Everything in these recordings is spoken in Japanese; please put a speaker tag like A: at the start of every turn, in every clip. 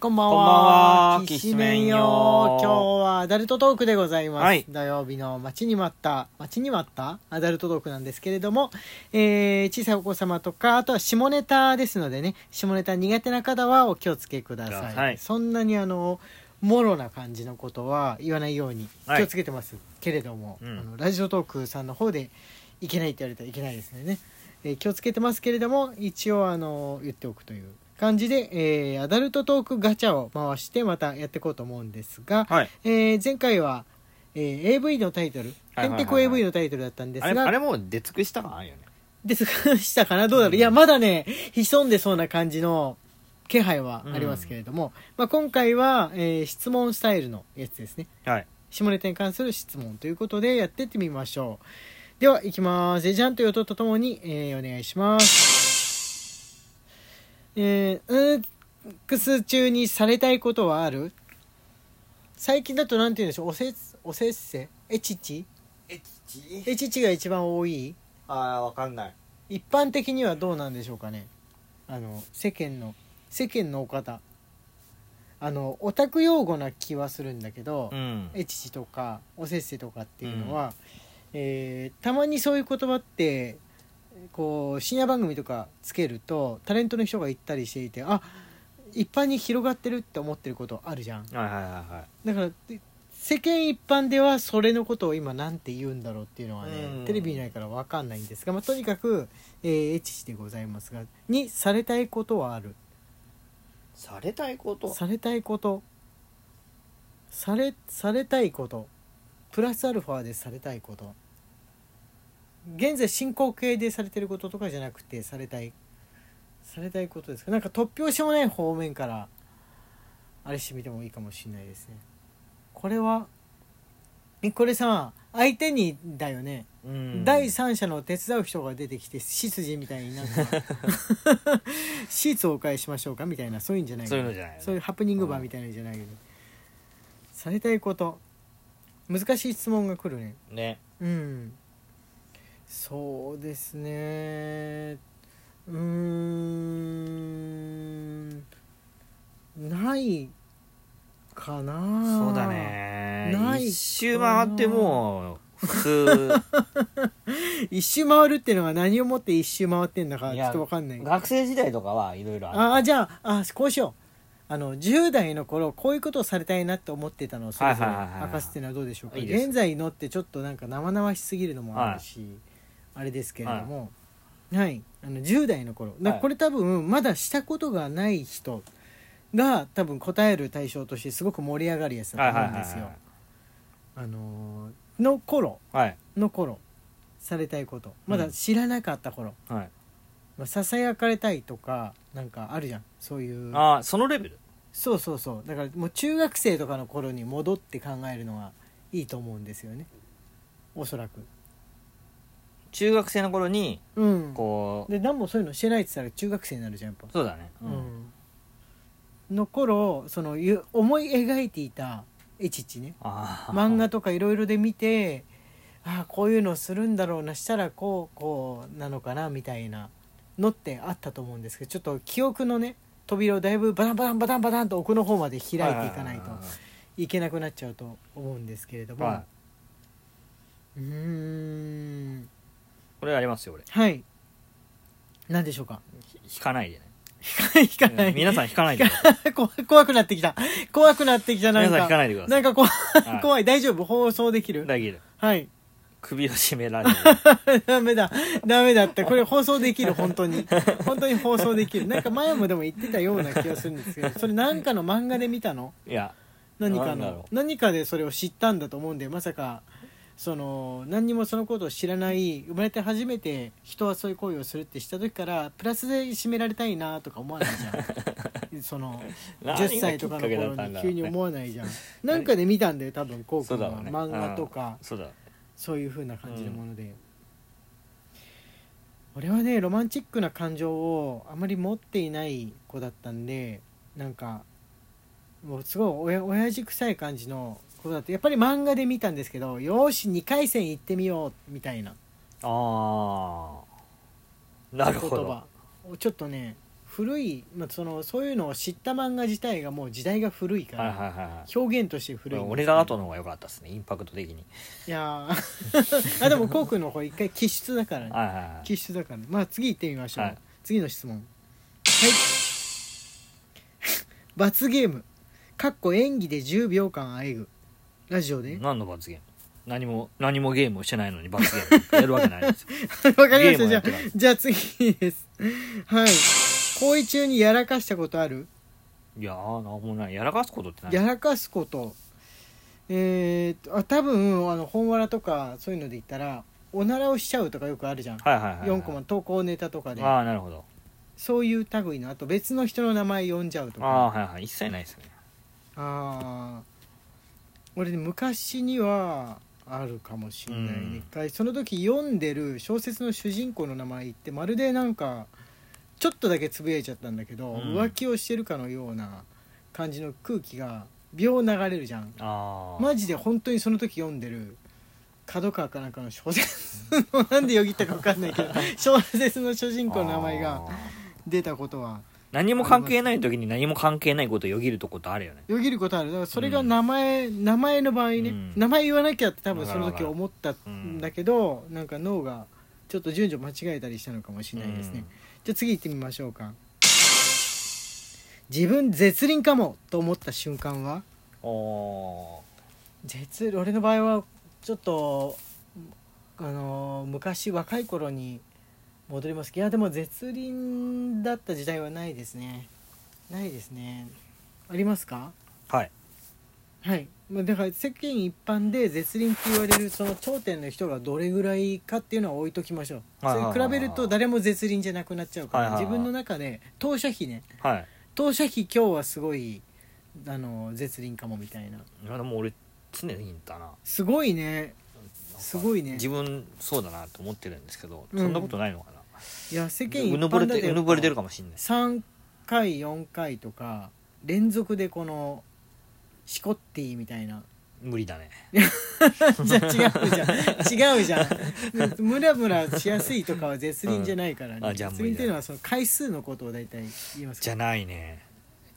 A: こんばんは。
B: こんばんは
A: きしめん
B: きしめんよ
A: よ。今日はアダルトトークでございます。
B: はい
A: 土曜日の待ちに待った、待ちに待ったアダルトトークなんですけれども、えー、小さいお子様とか、あとは下ネタですのでね、下ネタ苦手な方はお気をつけください。
B: はい
A: そんなにあの、もろな感じのことは言わないように
B: はい
A: 気をつけてますけれども、
B: うん
A: あのラジオトークさんの方でいけないって言われたらいけないですね。えー気をつけてますけれども一応あの言っておくという感じで、えーアダルトトークガチャを回してまたやっていこうと思うんですが、
B: はい
A: えー前回は、えー AV のタイトル「
B: はい
A: て
B: はいはいは
A: ん
B: い
A: てこ AV」のタイトルだったんです
B: あれあ
A: が
B: れもう出尽くしたかあよね
A: でしたかなどうだろういやまだね潜んでそうな感じの気配はありますけれども、まあ、今回は、えー質問スタイルのやつですね
B: はい
A: 下ネタに関する質問ということでやってってみましょうではいきますじゃじゃんという音とともに、えーお願いしますえー、うークス中にされたいことはある最近だとなんて言うんでしょうおせおせっせえちち
B: えち
A: えちちが一番多い
B: ああわかんない
A: 一般的にはどうなんでしょうかねあの世間の世間のお方あのオタク用語な気はするんだけど、
B: うん
A: エチチとかおせっせとかっていうのは、えーたまにそういう言葉ってこう深夜番組とかつけるとタレントの人が言ったりしていてあ一般に広がってるって思ってることあるじゃん
B: はいはいはいはい
A: だからで世間一般ではそれのことを今なんて言うんだろうっていうのはね、
B: うん
A: テレビないから分かんないんですが、まあ、とにかく、えー、エチチでございますがにされたいことはある
B: されたいこと
A: されたいことされされたいことプラスアルファでされたいこと現在進行形でされてることとかじゃなくてされたいされたいことですかなんか突拍子もない方面からあれしてみてもいいかもしれないですねこれはえこれさ相手にだよね、
B: うん
A: 第三者の手伝う人が出てきて執事みたいになんか シーツをお返ししましょうかみたいなそういうんじゃない
B: そういうのじゃないよね
A: そういうハプニングバーみたいなのじゃないよね、されたいこと難しい質問が来るね
B: ね
A: うんそうですねうーんないかな
B: そうだね
A: ないかな
B: 一周回ってもう普
A: 一周回るっていうのは何をもって一周回ってんだか
B: い
A: ち
B: や
A: ょっとわかんない
B: 通 学生時代とかはいろいろ
A: あ
B: あ
A: あ
B: る
A: じゃああこうしようあの10代の頃こういうことをされたいなって思ってたのをそれぞれ
B: はいはいはいはい
A: 明かすっていうのはどうでしょうか
B: いいです
A: 現在のってちょっとなんか生々しすぎるのもあるし、あれですけれどもはい、あの10代の頃だから
B: はい
A: これ多分まだしたことがない人が多分答える対象としてすごく盛り上がるやつだと思うんですよ。あのーの頃
B: はい
A: の頃されたいことま
B: う
A: だ
B: ん
A: 知らなかった頃、
B: はい
A: まあ、ささやかれたいとかなんかあるじゃんそういう
B: ああそのレベル
A: そうそうそうだからもう中学生とかの頃に戻って考えるのがいいと思うんですよねおそらく
B: 中学生の頃に
A: うん
B: こう
A: で何もそういうのしてないって言ったら中学生になるじゃんやっぱ
B: そうだねう
A: うんんの頃そのゆ思い描いていたエチチね
B: ああ
A: 漫画とかいろいろで見てああこういうのするんだろうなしたらこうこうなのかなみたいなのってあったと思うんですけどちょっと記憶のね扉をだいぶバタンバタンバタンバタンと奥の方まで開いていかないと
B: はははい
A: けなくなっちゃうと思うんですけれども、
B: はいう
A: ーん
B: これありますよ俺
A: はい何でしょうか
B: ひ引かないでね
A: 引かない、
B: 皆さん引かないでください
A: 怖怖くなってきた怖くなってきた な
B: 皆
A: ん
B: さん
A: か
B: 引かないでくださ
A: ないんか怖い、
B: は い
A: 怖い大丈夫放送できる
B: 大丈夫
A: はい
B: 首を絞められる
A: ダメだダメだってこれ放送できる本当に本当に放送できるなんか前もでも言ってたような気がするんですけどそれ何かの漫画で見たの
B: いや
A: 何か
B: なんだ
A: の
B: ろ
A: 何かでそれを知ったんだと思うんでまさかその何にもそのことを知らない生まれて初めて人はそういう行為をするってした時からプラスで締められたいなとか思わない じゃんその
B: 何が
A: 10歳とかの
B: きっかけだった
A: 頃
B: ん
A: に
B: だろ
A: 急
B: うね
A: に思わないじゃんなんかで見たんだよ多分こう
B: そうだろ
A: の
B: うね
A: 漫画とか
B: そうだ
A: そういう風な感じのもので、俺はねロマンチックな感情をあまり持っていない子だったんでなんかもうすごいおや親父臭い感じの子だってやっぱり漫画で見たんですけどよーし2回戦行ってみようみたいな
B: ああな
A: 言
B: るほど
A: 葉をちょっとね古い、まあ、そのそういうのを知った漫画自体がもう時代が古いか
B: はい
A: ら、
B: はいはいはい
A: 表現として古いんですよ
B: 俺が後の方が良かったですねインパクト的に
A: いやー あでもコウ君の方一回気質だからね
B: はいはいはい
A: 気質だからねまあ次行ってみましょう、
B: はい
A: 次の質問はい 罰ゲームかっこ演技で10秒間あえぐラジオ で
B: 何の罰ゲーム何も何もゲームをしてないのに罰ゲームなんかやるわけないですよ
A: わかりまし
B: ゲーム
A: たじゃ
B: はや
A: あ
B: ってない
A: じゃあ次ですはい行為中にやらかしたことある
B: いやーなんもないやらかすことってない
A: やらかすことえーっとあ多分あの本わらとかそういうので言ったらおならをしちゃうとかよくあるじゃん、
B: はいはいはい、はい、
A: 4コマ投稿ネタとかで
B: ああなるほど
A: そういう類のあと別の人の名前呼んじゃうと
B: あ
A: か
B: あーはいはい一切ないですね
A: あー俺ね昔にはあるかもしんないね、
B: うん
A: 一回その時読んでる小説の主人公の名前言ってまるでなんかちょっとだけつぶやいちゃったんだけど、
B: うん
A: 浮気をしてるかのような感じの空気が秒流れるじゃん
B: ああ
A: マジで本当にその時読んでる角川かなんかの小説のなんでよぎったか分かんない けど小説の主人公の名前が
B: あー
A: 出たことは
B: 何も関係ない時に何も関係ないことをよぎるとことあるよね
A: よぎることあるだからそれが名前、名前の場合ね、
B: うん
A: 名前言わなきゃって多分
B: わか
A: そ
B: る
A: の
B: わか
A: 時
B: る
A: 思ったんだけど、なんか脳がちょっと順序間違えたりしたのかもしれないですね、
B: うん
A: じゃあ次行ってみましょうか自分絶倫かもと思った瞬間は
B: お
A: 絶俺の場合はちょっとあのー昔若い頃に戻りますけどいやでも絶倫だった時代はないですねないですねありますか
B: はい
A: はい、まあ、だから世間一般で絶倫って言われるその頂点の人がどれぐらいかっていうのは置いときましょう
B: はい
A: そ
B: はい
A: れ
B: はい
A: に比べると誰も絶倫じゃなくなっちゃうから、
B: はいはいはい
A: 自分の中で当社費ね
B: はい
A: 当社費今日はすごいあの絶倫かもみたいない
B: やでも俺常にだな
A: すごいねすごいね
B: 自分そうだなと思ってるんですけど、
A: うん
B: そんなことないのかない
A: や世間一
B: うぬぼれ
A: 般だ
B: てうぬぼれてる
A: と
B: かもしんない
A: 3回4回とか連続でこのしこっていいみたいな
B: 無理だね
A: じゃあ違うじゃん違うじゃんムラムラしやすいとかは絶倫じゃないからね、
B: うんあじゃあ
A: 絶倫っていうのはその回数のことを大体言います
B: じ
A: け
B: ゃ
A: ど
B: ないね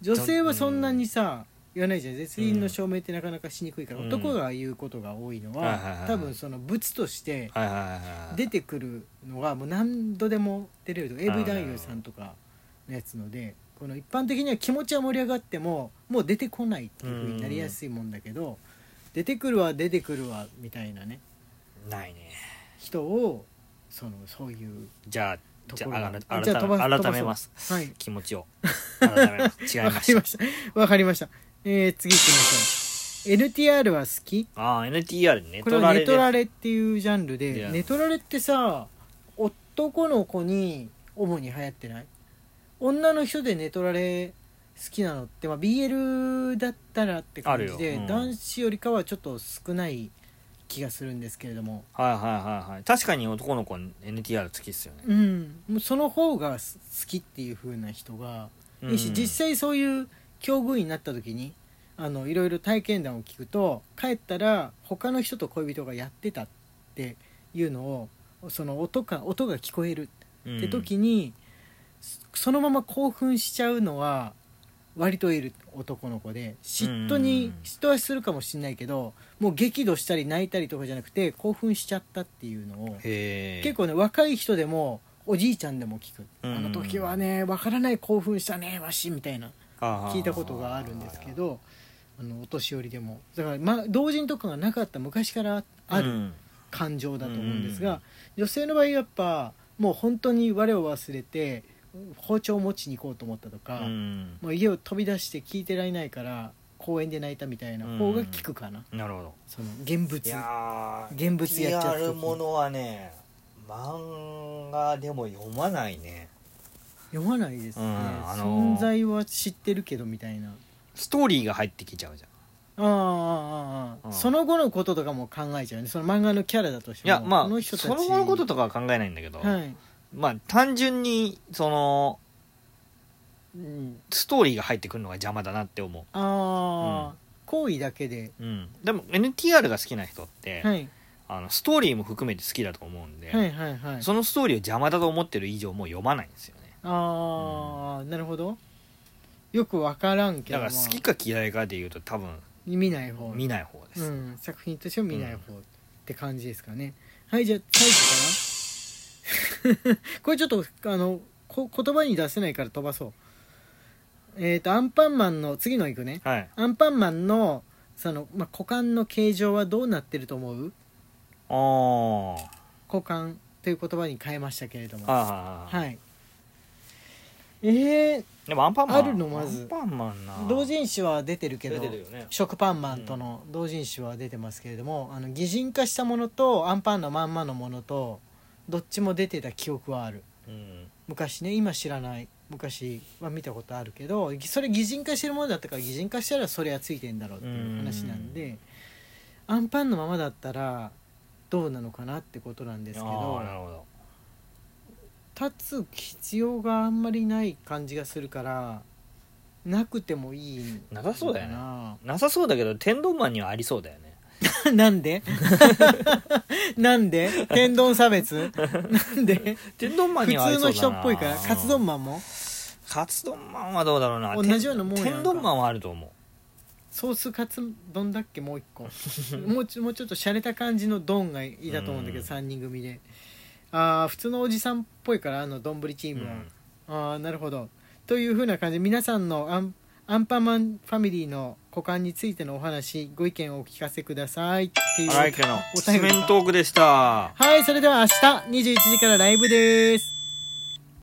A: 女性はそんなにさ言わないじゃん絶倫の証明ってなかなかしにくいから、
B: うん
A: 男が言うことが多いの
B: はいはい
A: は、
B: はい
A: 多分その物として
B: はいはいはいはい
A: 出てくるのがもう何度でも出れると AV 男優さんとかのやつのでこの一般的には気持ちは盛り上がってももう出てこないっていう風になりやすいもんだけど出てくるわ出てくるわみたいなね
B: ないね
A: 人をそのそういう
B: じゃあ
A: と
B: じ
A: こ
B: ゃ
A: ろ
B: あ
A: が
B: 改
A: じゃあ飛ば
B: め
A: 飛ば
B: 改
A: そ
B: め
A: う
B: ます
A: はい
B: 気持ちを改めます違い
A: わ
B: ま
A: か
B: し
A: り
B: た
A: ましたわかりましたえー、次行きましょう NTR は好き
B: ああ NTR ネ
A: これ
B: ト
A: は
B: ラ
A: ネ
B: レで
A: トラレっていうジャンル
B: い
A: で
B: や
A: ネトラレってさ男の子に主に流行ってない女の人でネトラレ好きなのって、まあ、BL だったらって感じ
B: ある
A: で、
B: ようん
A: 男子よりかはちょっと少ない気がするんですけれども
B: はいはいはいはい確かに男の子 NTR 好きっすよね
A: うん、もうその方が好きっていう風な人がいいし、
B: うん
A: 実際そういう境遇になった時にあのいろいろ体験談を聞くと帰ったら他の人と恋人がやってたっていうのをその音か音が聞こえるって時に、そのまま興奮しちゃうのは割といる男の子で嫉妬
B: う
A: に
B: ん
A: 嫉妬はするかもしれないけどもう激怒したり泣いたりとかじゃなくて興奮しちゃったっていうのを。
B: へえ
A: 結構ね若い人でもおじいちゃんでも聞く、
B: うん
A: あの時はねわからない興奮したねわしみたいな聞
B: 聞
A: いたことがあるんですけどあのお年寄りでもだから、ま、同人とかがなかった昔からある感情だと思うんですが、
B: うん
A: 女性の場合やっぱもう本当に我を忘れて包丁を持ちに行こうと思ったとか、
B: うん
A: もう家を飛び出して聞いてられないから公園で泣いたみたいな方が聞くかな、
B: なるほど
A: その現物
B: いやー
A: 現物やっちゃった時
B: NTR ものはね漫画でも読まないね
A: 読まないですね、
B: うんあのー
A: 存在は知ってるけどみたいな
B: ストーリーが入ってきちゃうじゃ
A: あ
B: ん
A: ああああ
B: う
A: あ
B: ん
A: その後のこととかも考えちゃうねその漫画のキャラだとして
B: い
A: も
B: やまあ
A: この人たち
B: その後のこととかは考えないんだけど、
A: はい
B: まあ単純にそのうんストーリーが入ってくるのが邪魔だなって思
A: ああ、
B: うん
A: 行為だけで
B: う、うん、でも NTR が好きな人って、
A: はい、
B: あのストーリーも含めて好きだと思うんで、
A: はいはいはい
B: そのストーリーを邪魔だと思ってる以上もう読まないんですよね
A: ああ、なるほどよく分からんけ
B: だ
A: ど
B: から
A: まあ
B: 好きか嫌いかでいうと多分
A: 見ない方
B: 見ない方です、
A: うん、作品としても見ない方って感じですかね、はいじゃあ最後かな これちょっとあのこ言葉に出せないから飛ばそうえっ、とアンパンマンの次のいくね
B: はい
A: アンパンマンのその、まあ、股間の形状はどうなってると思う
B: ああはい
A: 股間という言葉に変えましたけれども
B: はいはい
A: はいえ
B: でもアンパンマン
A: あるのまず
B: アンパンマンな
A: ー、同人誌は出てるけど
B: 出てるよね
A: 食パンマンとの同人誌は出てますけれども、あの擬人化したものとアンパンのまんまのものとどっちも出てた記憶はある
B: うん
A: 昔ね今知らない昔は見たことあるけどそれ擬人化してるものだったから擬人化したらそれはついてんだろうっていう話なんでアンパンのままだったらどうなのかなってことなんですけ
B: あ
A: ど
B: あなるほど
A: 立つ必要があんまりない感じがするからなくてもいい
B: なさそうだよね
A: ね
B: なさそうだけど天丼マンにはありそうだよね
A: なんでなんで天丼差別なんで
B: 天丼マン
A: 普
B: にはあり
A: 通
B: そ
A: の
B: うだ
A: 人
B: な
A: っぽいからカツ丼
B: ン
A: マンも
B: カツ丼マンはどうだろうな
A: 同じようなもんやんか
B: 天丼マンはあると思う
A: ソースカツ丼だっけもう一 個もうちょもうちょっと洒落た感じの丼がいたと思うんだけ
B: うん
A: ど3人組でああ普通のおじさんっぽいからあの丼チームは、
B: うん
A: ああなるほどというふうな感じで皆さんのアンアンパンマンファミリーの股間についてのお話ご意見をお聞かせくださいっていう
B: 荒井家の
A: お
B: 七
A: 便り
B: 面トークでした
A: はいそれでは明日21時からライブです